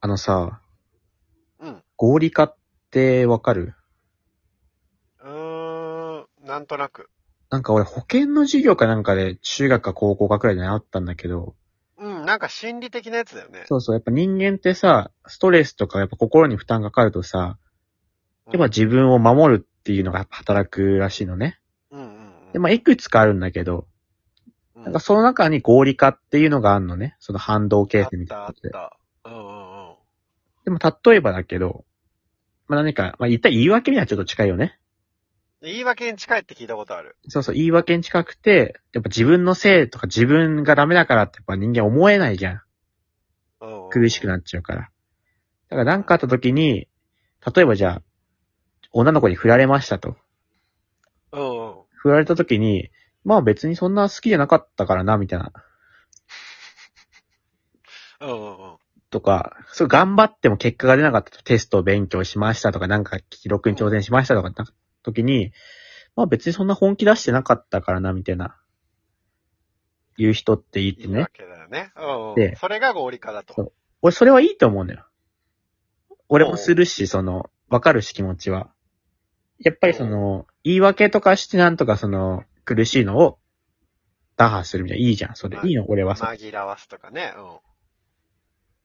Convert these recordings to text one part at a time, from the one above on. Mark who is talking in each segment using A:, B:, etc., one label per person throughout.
A: あのさ、
B: うん。
A: 合理化ってわかる
B: うーん、なんとなく。
A: なんか俺保険の授業かなんかで中学か高校かくらいで習ったんだけど、
B: うん、なんか心理的なやつだよね。
A: そうそう、やっぱ人間ってさ、ストレスとかやっぱ心に負担がかかるとさ、やっぱ自分を守るっていうのがやっぱ働くらしいのね。
B: うんうんうん。
A: で、まあいくつかあるんだけど、
B: うん、
A: なんかその中に合理化っていうのがあるのね。その反動形成みたいな
B: あ
A: こ
B: っ
A: とで。
B: たあった。うんうんうん。
A: でも例えばだけど、まあ何か、まあ言った言い訳にはちょっと近いよね。
B: 言い訳に近いって聞いたことある。
A: そうそう、言い訳に近くて、やっぱ自分のせいとか自分がダメだからってやっぱ人間思えないじゃん。
B: うん、うん。
A: 苦しく
B: っ
A: なっちゃうから。だから何かあった時に、例えばじゃあ、女の子に振られましたと。
B: うんうん。
A: 振られた時に、まあ別にそんな好きじゃなかったからな、みたいな。
B: うんうんうん。
A: とか、そう頑張っても結果が出なかったと。テストを勉強しましたとか、なんか記録に挑戦しましたとか、なんか時に、まあ別にそんな本気出してなかったからな、みたいな。言う人っていいっ
B: い
A: て
B: いわ
A: ね。
B: けだよね。うん、うん。
A: で
B: それが合理化だ
A: そ
B: と
A: う。俺、それはいいと思うのよ。俺もするし、その、わかるし気持ちは。やっぱりその、言い訳とかしてなんとかその、苦しいのを打破するみたいな。いいじゃん、それ。
B: はい
A: いの、俺はさ。
B: 紛らわすとかね。うん。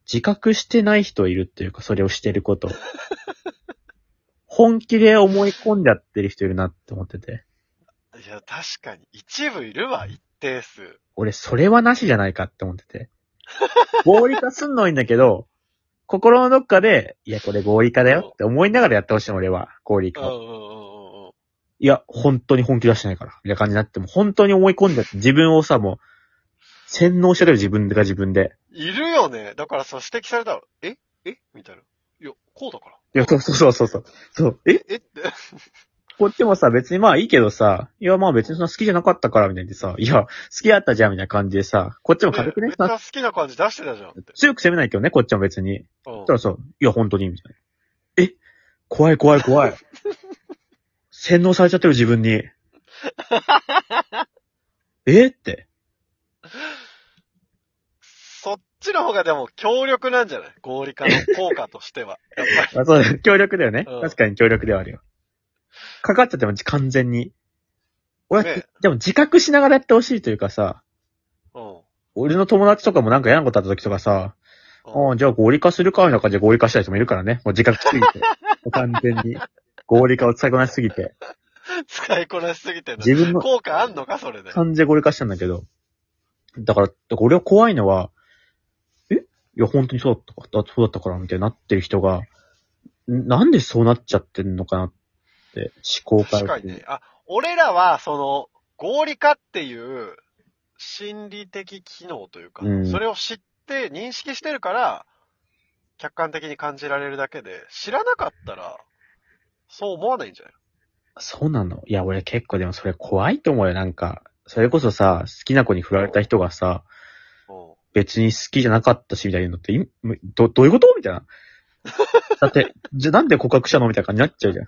A: 自覚してない人いるっていうか、それをしてることを。本気で思い込んじゃってる人いるなって思ってて。
B: いや、確かに。一部いるわ、一定数。
A: 俺、それはなしじゃないかって思ってて。合理化すんのはいいんだけど、心のどっかで、いや、これ合理化だよって思いながらやってほしいの、俺は。合理
B: うん
A: 化
B: うん
A: を
B: うんうんうん。
A: いや、本当に本気出してないから。みたいな感じになっても、本当に思い込んで、自分をさ、もう、洗脳してる自分が自分で。
B: いるよね。だからそう指摘されたら、ええみたいな。いや、こうだから。
A: いや、そうそうそうそうそう。そう。え
B: えって。
A: こっちもさ、別にまあいいけどさ、いやまあ別にそんな好きじゃなかったから、みたいでさ、いや、好きだったじゃん、みたいな感じでさ、こっちも軽く
B: ね
A: ね
B: めっ、ちゃ好きな感じ出してたじゃんって。
A: 強く攻めないけどね、こっちも別に。
B: うん
A: そしたらさ、いや、本当に、みたいな。え怖い怖い怖い。洗脳されちゃってる自分に。えって。
B: そっちの方がでも強力なんじゃない合理化の効果としては。やっぱり。
A: まあそうだ よ、協力だよね。
B: うん
A: 確かに協力ではあるよ。かかっちゃっても完全に。俺、
B: ね
A: でも自覚しながらやってほしいというかさ、
B: う
A: 俺の友達とかもなんか嫌なことあった時とかさ、
B: ん。
A: ああ、じゃあ合理化するかみたいな感じで合理化したい人もいるからね。もう自覚しすぎ て。もう完全に。合理化を使いこなしすぎて。
B: 使いこなしすぎてんだ
A: 自分の
B: 効果あんのかそれで。
A: 感じで合理化したんだけど。だから、だから俺は怖いのは、えいや、本当にそうだったか、そうだったから、みたいになってる人が、んなんでそうなっちゃってんのかなって、思考
B: 確かにね。あ、俺らは、その、合理化っていう心理的機能というか、
A: うん
B: それを知って認識してるから、客観的に感じられるだけで、知らなかったら、そう思わないんじゃない
A: そうなのいや、俺結構でもそれ怖いと思うよ。なんか、それこそさ、好きな子に振られた人がさ、
B: うん。
A: 別に好きじゃなかったし、みたいなのって、いむど、どういうことみた いな。だって、じゃあなんで告白したのみたいな感じになっちゃうじゃん。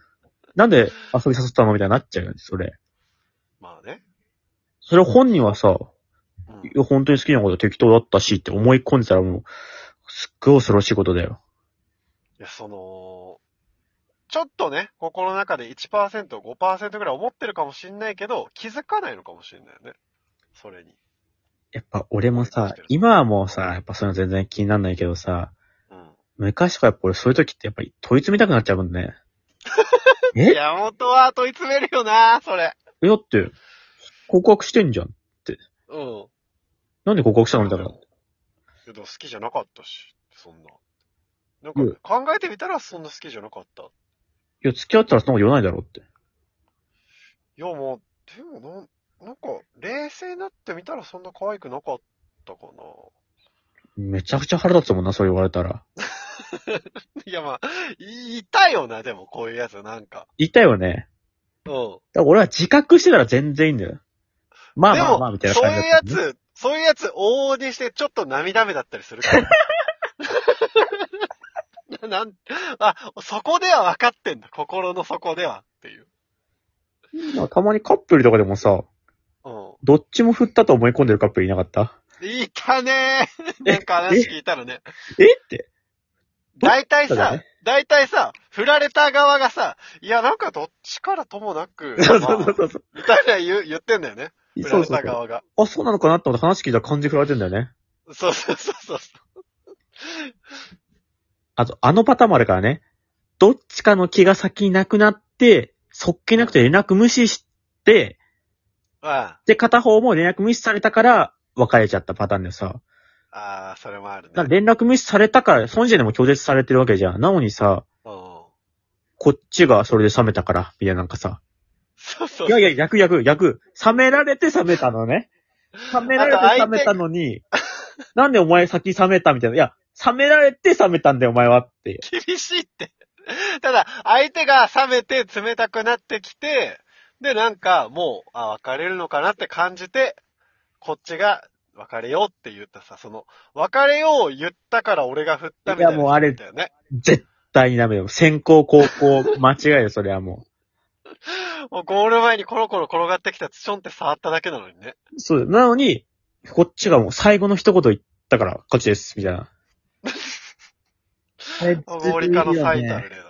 A: なんで遊び誘ったのみたいになっちゃうよね、それ。
B: まあね。
A: それ本人はさ、
B: うん
A: いや、本当に好きなこと適当だったしって思い込んでたらもう、すっごい恐ろしいことだよ。
B: いや、その、ちょっとね、心の中で1%、5%ぐらい思ってるかもしんないけど、気づかないのかもしんないよね。それに。
A: やっぱ俺もさ、今はもうさ、やっぱそういうの全然気にならないけどさ、
B: うん。
A: 昔からやっぱ俺そういう時ってやっぱり問い詰めたくなっちゃうもんね。え
B: いや、本当は問い詰めるよな、それ。
A: え、だって、告白してんじゃん。
B: うん。い
A: なんで告白したのみたいな。
B: や、でも好きじゃなかったし、そんな。なんか、考えてみたらそんな好きじゃなかった。い
A: いや、付き合ったらそんなこと言わないだろうって。
B: や、もう、でもなん、なんか、冷静になってみたらそんな可愛くなかったかな。
A: めちゃくちゃ腹立つもんな、そう言われたら。
B: いや、まあ、いいたよな、でも、こういうやつ、なんか。
A: 言ったよね。
B: うん。
A: だから俺は自覚してたら全然いいんだよ。まあ
B: で
A: ま
B: も
A: あまあ、みたいな感じだった、
B: そういうやつ、そういうやつ、往々にしてちょっと涙目だったりす るから。ななん、あ、そこでは分かってんだ。心の底では。っていう。
A: つ。たまにカップルとかでもさ、
B: う
A: どっちも振ったと思い込んでるカップルいなかった
B: ん。いたねー。なんか話聞いたらね。
A: えって。
B: 大体
A: そうだ
B: さ
A: ね、
B: 大体さ、振られた側がさ、いや、なんかどっちからともな く、
A: そう
B: ま
A: そ
B: あ
A: うそうそう。
B: みたいな言う言ってんだよね。振
A: そ
B: ら
A: う
B: れ
A: そうそ
B: た
A: う。
B: 側が。
A: あ、そうなのかなって思って話聞いたら感じ振られてんだよね。
B: そうそうそうそう。
A: あと、あのパターンもあるからね。どっちかの気が先になくなって、そっけなくて連絡無視して、
B: あ
A: で、片方も連絡無視されたから、別れちゃったパターンでさ。
B: あ、ああそれもあるね。
A: だから連絡無視されたから、その時点でもう拒絶されてるわけじゃん。なのにさ、
B: うん
A: こっちがそれで冷めたから、みたいななんかさ。
B: そうそう
A: い。やいや、逆逆逆。冷められて冷めたのね。冷められて冷めたのに、なんでお前先冷めたみたいな。いや、冷められて冷めたんだよ、お前はって。
B: 厳しいって。ただ、相手が冷めて冷たくなってきて、で、なんか、もう、あ、別れるのかなって感じて、こっちが、別れようって言ったさ、その、別れよう言ったから俺が振ったみたいな。
A: いやもうあれ
B: だよね。
A: 絶対にダメだよ。先行後攻、間違いよ、それはも
B: もうゴール前にコロコロ転がってきたちょんって触っただけなのにね。
A: う。そうだよなのに、こっちがもう最後の一言言 ったから、こっちです、みたいな。
B: アモリカの最たる例だね。